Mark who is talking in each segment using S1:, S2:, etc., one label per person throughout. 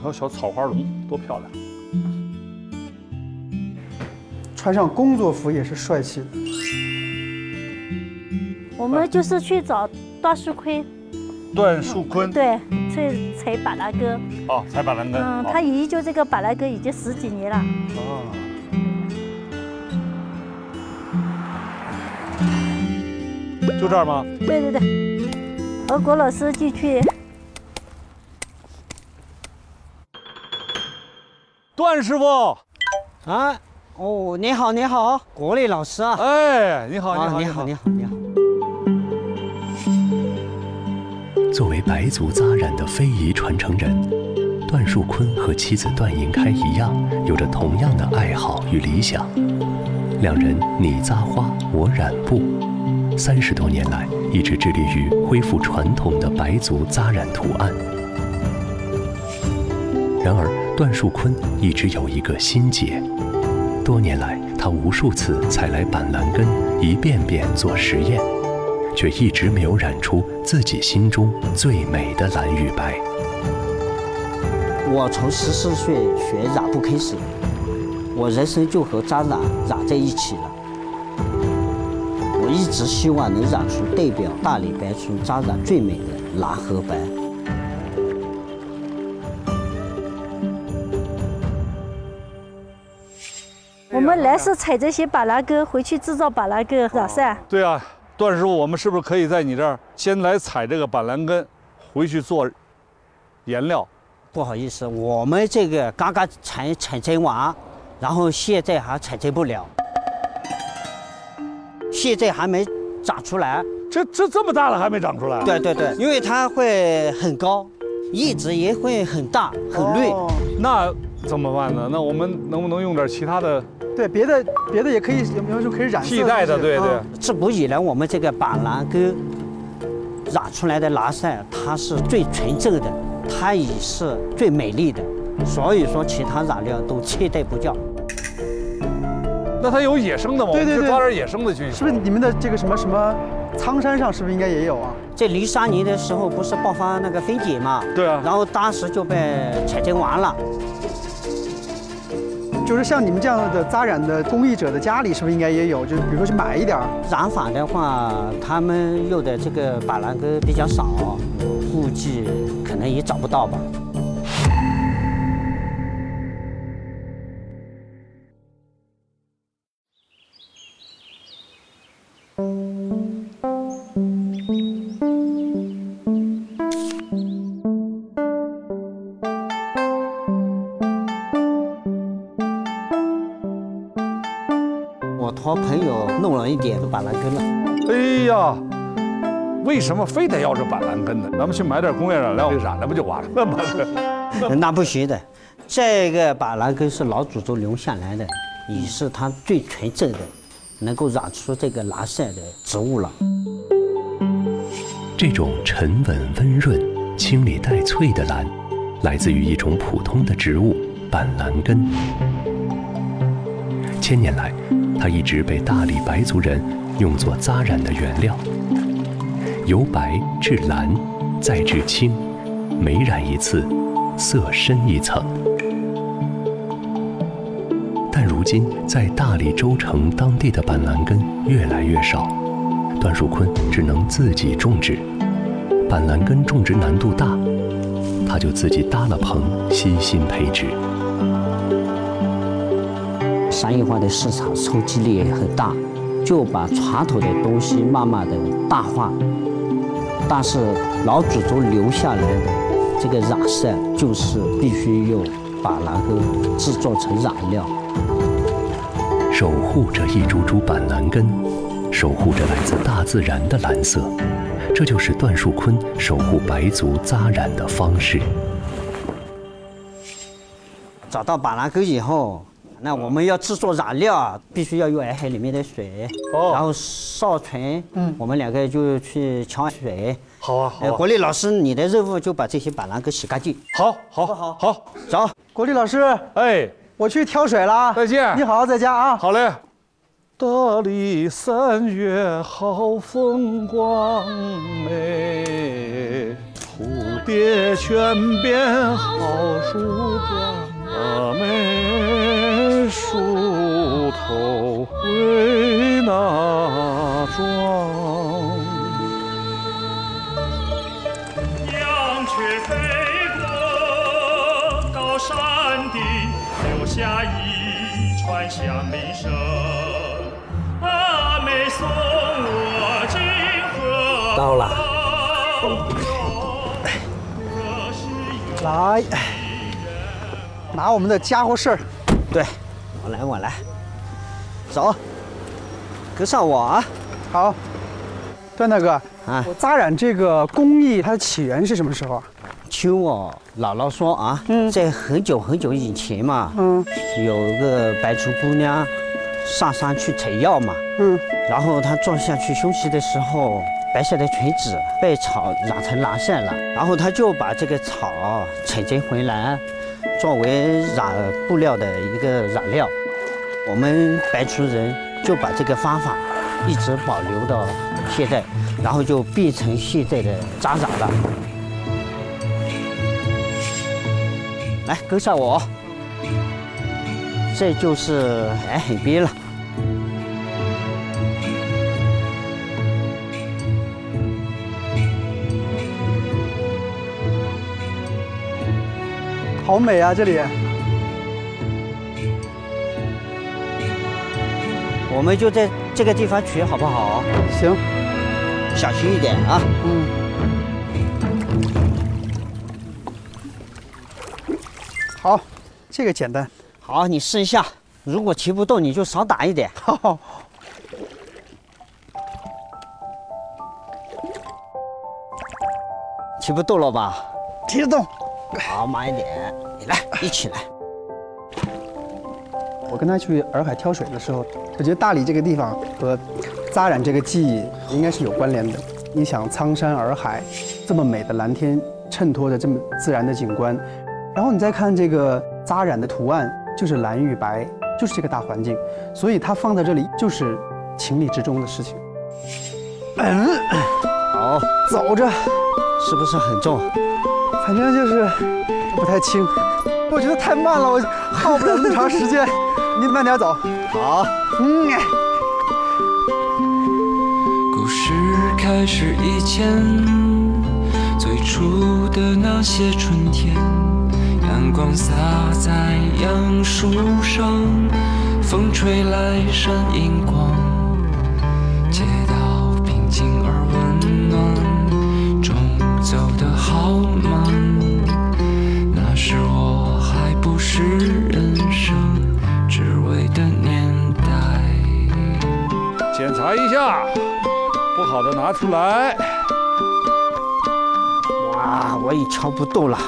S1: 还有小草花笼，多漂亮！
S2: 穿上工作服也是帅气的。
S3: 我们就是去找段树坤，
S1: 段树坤
S3: 对，去采板蓝根。
S1: 哦，采板蓝根。
S3: 嗯，
S1: 哦
S3: 他研究这个板蓝根已经十几年了。
S1: 哦就这儿吗？
S3: 对对对，和郭老师进去，
S1: 段师傅，
S4: 啊，哦，你好，你好，国立老师啊，
S1: 哎，你
S2: 啊
S1: 好，你好，
S4: 你好，你
S1: 好。
S4: 好，你好，
S5: 作为白族扎染的非遗传承人，段树坤和妻子段银开一样，有着同样的爱好与理想。两人你扎花，我染布，三十多年来一直致力于恢复传统的白族扎染图案。然而，段树坤一直有一个心结。多年来，他无数次采来板蓝根，一遍遍做实验，却一直没有染出自己心中最美的蓝与白。
S4: 我从十四岁学染布开始，我人生就和扎染染在一起了。我一直希望能染出代表大理白族扎染最美的蓝和白。
S3: 我们来是采这些板蓝根回去制造板蓝根染色。
S1: 对啊，段师傅，我们是不是可以在你这儿先来采这个板蓝根，回去做颜料？
S4: 不好意思，我们这个刚刚采采摘完，然后现在还采摘不了，现在还没长出来。
S1: 这这这么大了还没长出来？啊
S4: 对对对，因为它会很高，叶子也会很大很绿。
S2: 哦
S1: 那怎么办呢？那我们能不能用点其他的
S2: 对，别的别的也可以，有没有就可以染色
S1: 替代的？
S2: 这
S1: 对
S2: 些
S1: 对
S2: 啊。
S4: 自古以来，我们这个板蓝根染出来的蓝色，它是最纯正的，它也是最美丽的，所以说其他染料都替代不掉。
S1: 那它有野生的吗？
S2: 对对
S1: 我们
S2: 对
S1: 是抓点野生的去。
S2: 是不是你们的这个什么什么苍山上是不是应该也有啊？
S4: 在零三年的时候，不是爆发那个非典嘛？
S1: 对啊
S4: 然后当时就被采摘完了。
S2: 就是像你们这样的扎染的工艺者的家里是不是应该也有？就比如说去买一点儿。
S4: 染坊的话，他们用的这个板蓝根比较少，估计可能也找不到吧。我托朋友弄了一点板蓝根了。
S1: 哎呀，为什么非得要这板蓝根呢？咱们去买点工业染料给染了不就完了吗？
S4: 那不行的，这个板蓝根是老祖宗留下来的，也是它最纯正的，能够染出这个蓝色的植物了。
S5: 这种沉稳温润、清里带翠的蓝，来自于一种普通的植物板蓝根。千年来，它一直被大理白族人用作扎染的原料，由白至蓝，再至青，每染一次，色深一层。但如今，在大理州城当地的板蓝根越来越少，段树坤只能自己种植。板蓝根种植难度大，他就自己搭了棚，悉心培植。
S4: 商业化的市场冲击力也很大，就把传统的东西慢慢的大化。但是老祖宗留下来的这个染色，就是必须用板蓝根制作成染料。
S5: 守护着一株株板蓝根，守护着来自大自然的蓝色，这就是段树坤守护白族扎染的方式。
S4: 找到板蓝根以后，那我们要制作染料啊，必须要用洱海里面的水，
S1: 哦
S4: 然后少存，嗯，我们两个就去抢水。
S1: 好啊，
S4: 呃，国立老师，你的任务就把这些板蓝根洗干净。
S1: 好，好，好，好，好，
S4: 走，
S2: 国立老师，
S1: 哎，
S2: 我去挑水了啊，
S1: 再见
S2: 你好好在家啊。
S1: 好嘞。大理三月好风光哎，蝴蝶泉边好树桩，峨眉树头回那庄。
S6: 鸦雀飞过高山顶，留下一串响铃声。阿妹送我进河
S4: 到了
S6: 畔。我是
S2: 来，拿我们的家伙事儿，
S4: 对，我来，我来，走，跟上我啊！
S2: 好。段大哥，
S4: 啊
S2: 我扎染这个工艺，它的起源是什么时候啊？
S4: 听我姥姥说啊，
S2: 嗯
S4: 在很久很久以前嘛，
S2: 嗯
S4: 有个白族姑娘上山去采药嘛，
S2: 嗯，
S4: 然后她坐下去休息的时候，白色的裙子被草染成蓝色了，然后她就把这个草采摘回来，作为染布料的一个染料。我们白族人就把这个方法一直保留到现在，然后就变成现在的扎染了。来，跟上我哦。这就是哎很逼了。
S2: 好美啊，这里。
S4: 我们就在这个地方取好不好？
S2: 行，
S4: 小心一点啊！
S2: 嗯，好，这个简单。
S4: 好，你试一下，如果骑不动你就少打一点。
S2: 好，
S4: 骑不动了吧？
S2: 提得动。
S4: 好，慢一点，你来，一起来。
S2: 我跟他去洱海挑水的时候，我觉得大理这个地方和扎染这个技艺应该是有关联的。你想，苍山洱海，这么美的蓝天，衬托着这么自然的景观，然后你再看这个扎染的图案，就是蓝与白，就是这个大环境，所以它放在这里就是情理之中的事情。
S4: 好，
S2: 走着，
S4: 是不是很重？
S2: 反正就是不太轻，我觉得太慢了，我耗不了那么长时间。你慢点走，
S4: 好，
S2: 嗯。
S7: 故事开始以前，最初的那些春天，阳光洒在杨树上，风吹来闪银光，街道平静而温暖，钟走得好慢，那时我还不是人生滋味的年代。
S1: 检查一下，不好的拿出来。
S4: 哇，我也敲不动了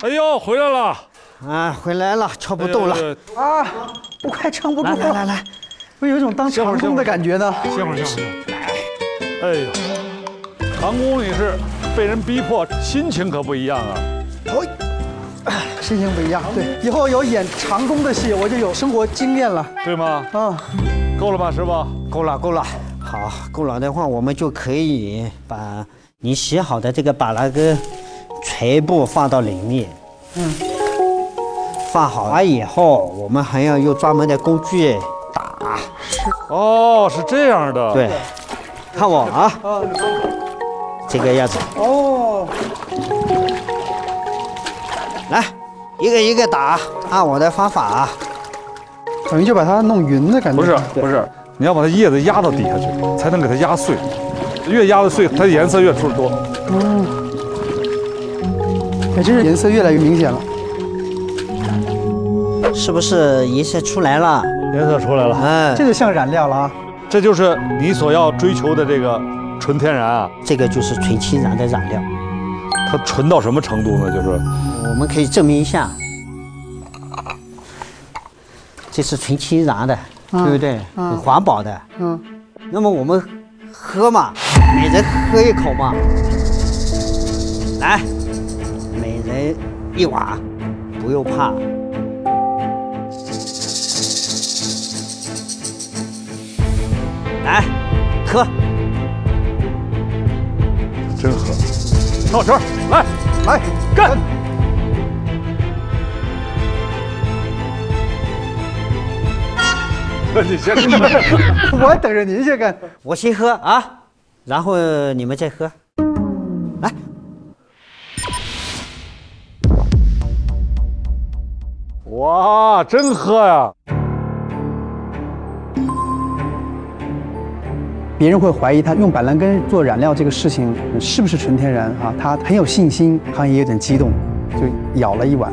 S1: 哎呦，回来了，
S4: 啊！回来了，敲不动了。
S1: 哎
S2: 啊，我快撑不住
S4: 来
S2: 了！
S4: 来来来，
S2: 我有一种当长工的感觉呢。
S1: 歇会儿，歇会儿。哎呦，唐工也是被人逼迫，心情可不一样啊。
S2: 心情不一样，对，以后有演长工的戏，我就有生活经验了
S1: 对吗？
S2: 啊。
S1: 够了吧，师傅？
S4: 够了够了。好，够了的话，我们就可以把你洗好的这个巴拉哥全部放到里面。嗯，放好了以后，我们还要用专门的工具打。
S1: 哦，是这样的。，
S4: 对，看我啊，这个样子，
S2: 哦，
S4: 来，一个一个打，按我的方法啊。
S2: 等于就把它弄匀的感觉。
S1: 不是不是，你要把它叶子压到底下去，才能给它压碎。越压的碎，它颜色越出得多。
S2: 哎，真是颜色越来越明显了。
S4: 是不是颜色出来了？
S1: 颜色出来了，
S4: 嗯，
S2: 这就像染料了啊。
S1: 这就是你所要追求的这个纯天然啊。
S4: 这个就是纯天然的染料，
S1: 它纯到什么程度呢？就是
S4: 我们可以证明一下，这是纯天然的，对不对？很环保的。
S2: 嗯，
S4: 那么我们喝嘛，每人喝一口嘛，来，每人一碗，不用怕。来，喝，
S1: 真喝。到这儿，来来干！你先
S2: 我等着您先干。
S4: 我先喝啊，然后你们再喝。来，
S1: 哇，真喝呀、
S2: 别人会怀疑他用板蓝根做燃料这个事情是不是纯天然啊？他很有信心，好像也有点激动，就舀了一碗，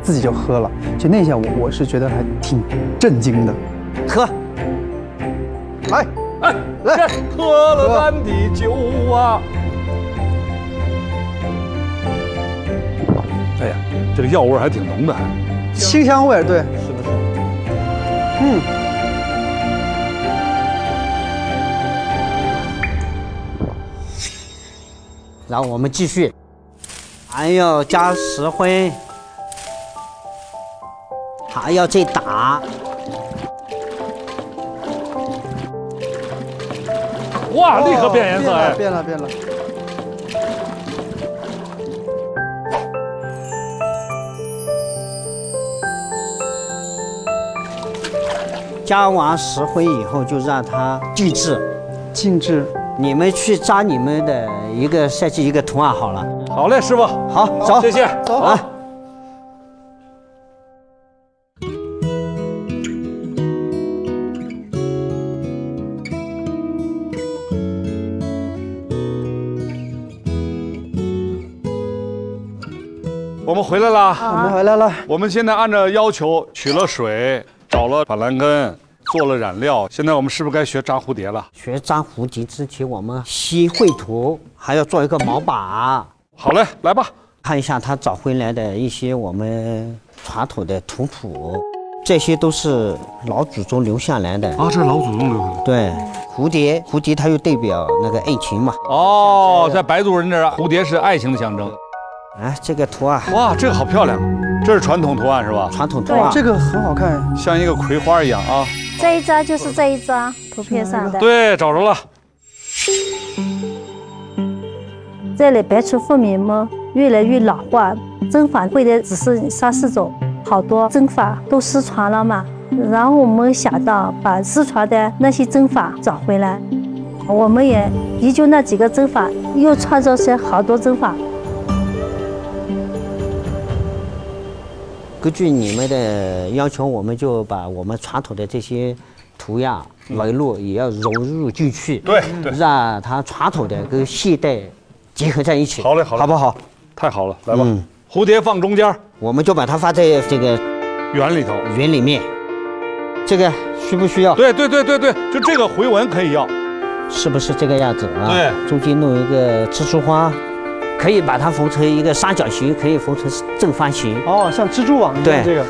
S2: 自己就喝了。就那一下我，我是觉得还挺震惊的。
S4: 喝，
S2: 来，
S1: 来，喝了咱的酒啊！哎呀，这个药味儿还挺浓的，还
S2: 清香味儿，对，
S1: 是不是？
S2: 嗯，
S4: 然后我们继续，还要加石灰，还要再打。
S1: 哇，立刻变颜色哎！
S2: 啊变了变了。
S4: 加完石灰以后，就让它静置。
S2: 静置，
S4: 你们去扎你们的一个设计一个图案好了。
S1: 好嘞，师傅，
S4: 好，走，
S1: 谢谢，
S4: 走啊。
S1: 我们回来啦。
S2: 我们回来了。
S1: 我们现在按照要求取了水，找了板蓝根，做了染料。现在我们是不是该学扎蝴蝶了？
S4: 学扎蝴蝶之前，我们先绘图，还要做一个毛板，
S1: 好嘞，来吧。
S4: 看一下他找回来的一些我们传统的图谱，这些都是老祖宗留下来的。
S1: 啊，这是老祖宗留下的。
S4: 对，蝴蝶，蝴蝶它又代表那个爱情嘛。
S1: 哦，在白族人这儿，蝴蝶是爱情的象征。
S4: 啊，这个图啊，
S1: 哇，这个好漂亮，这是传统图案是吧？
S4: 传统图啊，
S2: 这个很好看，
S1: 像一个葵花一样啊。
S3: 这一张就是这一张图片上的，
S1: 对，找着了。
S3: 这里白族妇女们越来越老化，针法会的只剩三四种，好多针法都失传了嘛。然后我们想到把失传的那些针法找回来，我们也研究那几个针法，又创造出好多针法。
S4: 根据你们的要求，我们就把我们传统的这些图样纹路也要融入进去，
S1: 嗯对对
S4: 让它传统的跟现代结合在一起。
S1: 好嘞好嘞
S4: 好不好？
S1: 太好了，来吧，
S4: 嗯
S1: 蝴蝶放中间儿
S4: 我们就把它放在这个
S1: 圆里头。
S4: 圆里面。这个需不需要？
S1: 对对对对对，就这个回纹可以要。
S4: 是不是这个样子啊？
S1: 对，
S4: 中间弄一个蜘蛛花，可以把它缝成一个三角形，可以缝成正方形。
S2: 哦，像蜘蛛网一样
S4: 对
S2: 这个。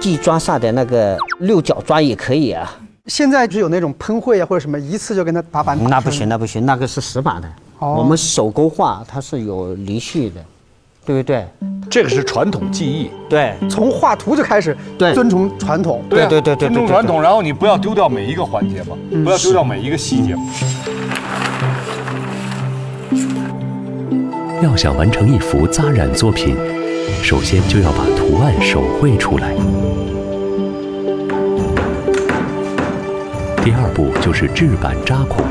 S4: 地砖上的那个六角砖也可以啊。
S2: 现在是有那种喷绘啊，或者什么，一次就跟它打板。
S4: 那不行，那不行，那个是石板的。
S2: 哦
S4: 我们手工画它是有连续的，对不对？
S1: 这个是传统技艺，
S4: 对，
S2: 从画图就开始
S4: 对
S2: 遵从传统。
S4: 对对对对对
S1: 啊尊重
S4: 对
S1: 传统，然后你不要丢掉每一个环节嘛，不要丢掉每一个细节嘛。
S5: 要想完成一幅扎染作品，首先就要把图案手绘出来。第二步就是制版扎孔，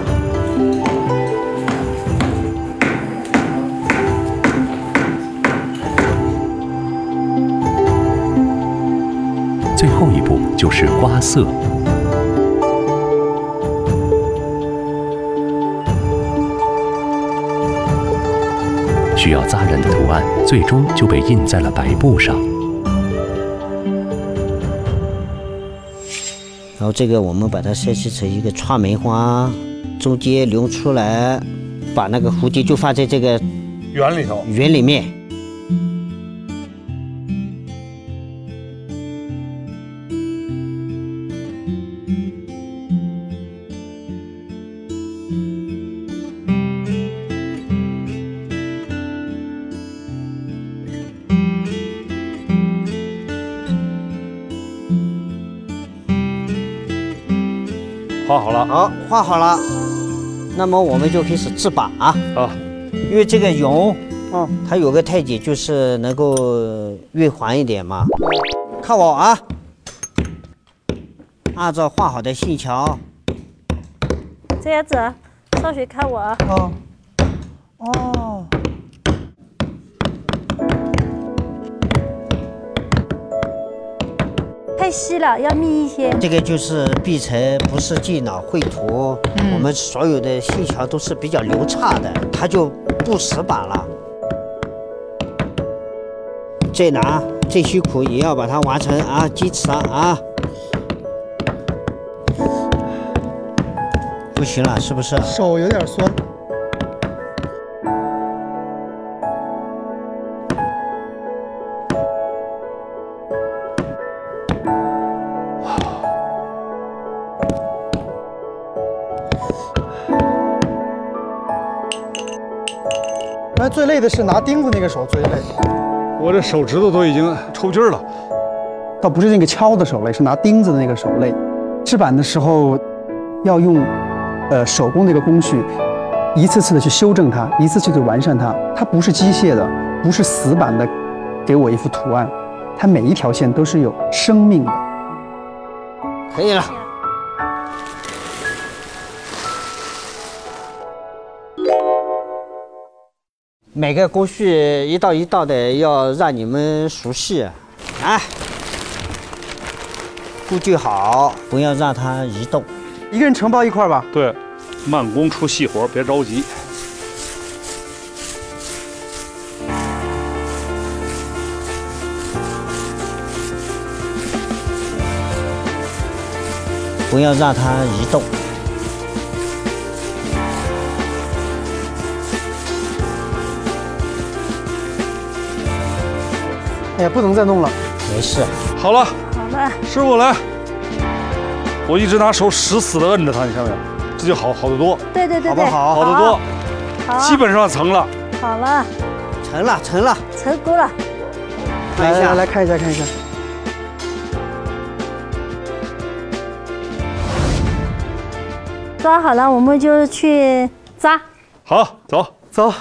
S5: 最后一步就是刮色。需要扎染的图案最终就被印在了白布上。
S4: 然后这个我们把它设计成一个串梅花，中间留出来，把那个蝴蝶就放在这个
S1: 嗯圆里头，
S4: 圆里面。
S1: 画好了
S4: 好，画好了，那么我们就开始制版啊。
S1: 啊，
S4: 因为这个绒，
S2: 嗯，
S4: 它有个特点就是能够越黄一点嘛。看我啊，按照画好的线条，
S3: 这样子啊，少雪看我啊，
S2: 哦，哦，
S3: 太稀了，要密一些。
S4: 这个就是碧城，不是电脑绘图，我们所有的线条都是比较流畅的，它就不死板了。最难、最辛苦也要把它完成啊，坚持啊啊！不行了，是不是？
S2: 手有点酸。那哎最累的是拿钉子那个手最累，
S1: 我这手指头都已经抽筋儿了。
S2: 倒不是那个敲的手累，是拿钉子的那个手累。制板的时候要用呃手工这个工序，一次次的去修正它，一次次的完善它。它不是机械的，不是死板的，给我一幅图案，它每一条线都是有生命的。
S4: 可以了。每个工序一道一道的要让你们熟悉，哎来，顾忌好，不要让它移动。
S2: 一个人承包一块吧，
S1: 对，慢工出细活，别着急。
S4: 不要让它移动。
S2: 哎呀，不能再弄了。
S4: 没事，
S1: 好了，
S3: 好了，
S1: 师傅来。我一直拿手死死的摁着它，你看没有？这就好好得多，
S3: 对对对
S4: 好不
S3: 对，
S4: 好
S1: 好得多，
S3: 好，啊
S1: 基本上成了。
S3: 好了，
S4: 成了，成了。
S3: 成功了。
S4: 看
S2: 来
S4: 一
S2: 来
S4: 下，
S2: 来，看一下看一下。
S3: 抓好了，我们就去扎。
S1: 好，走，
S2: 走，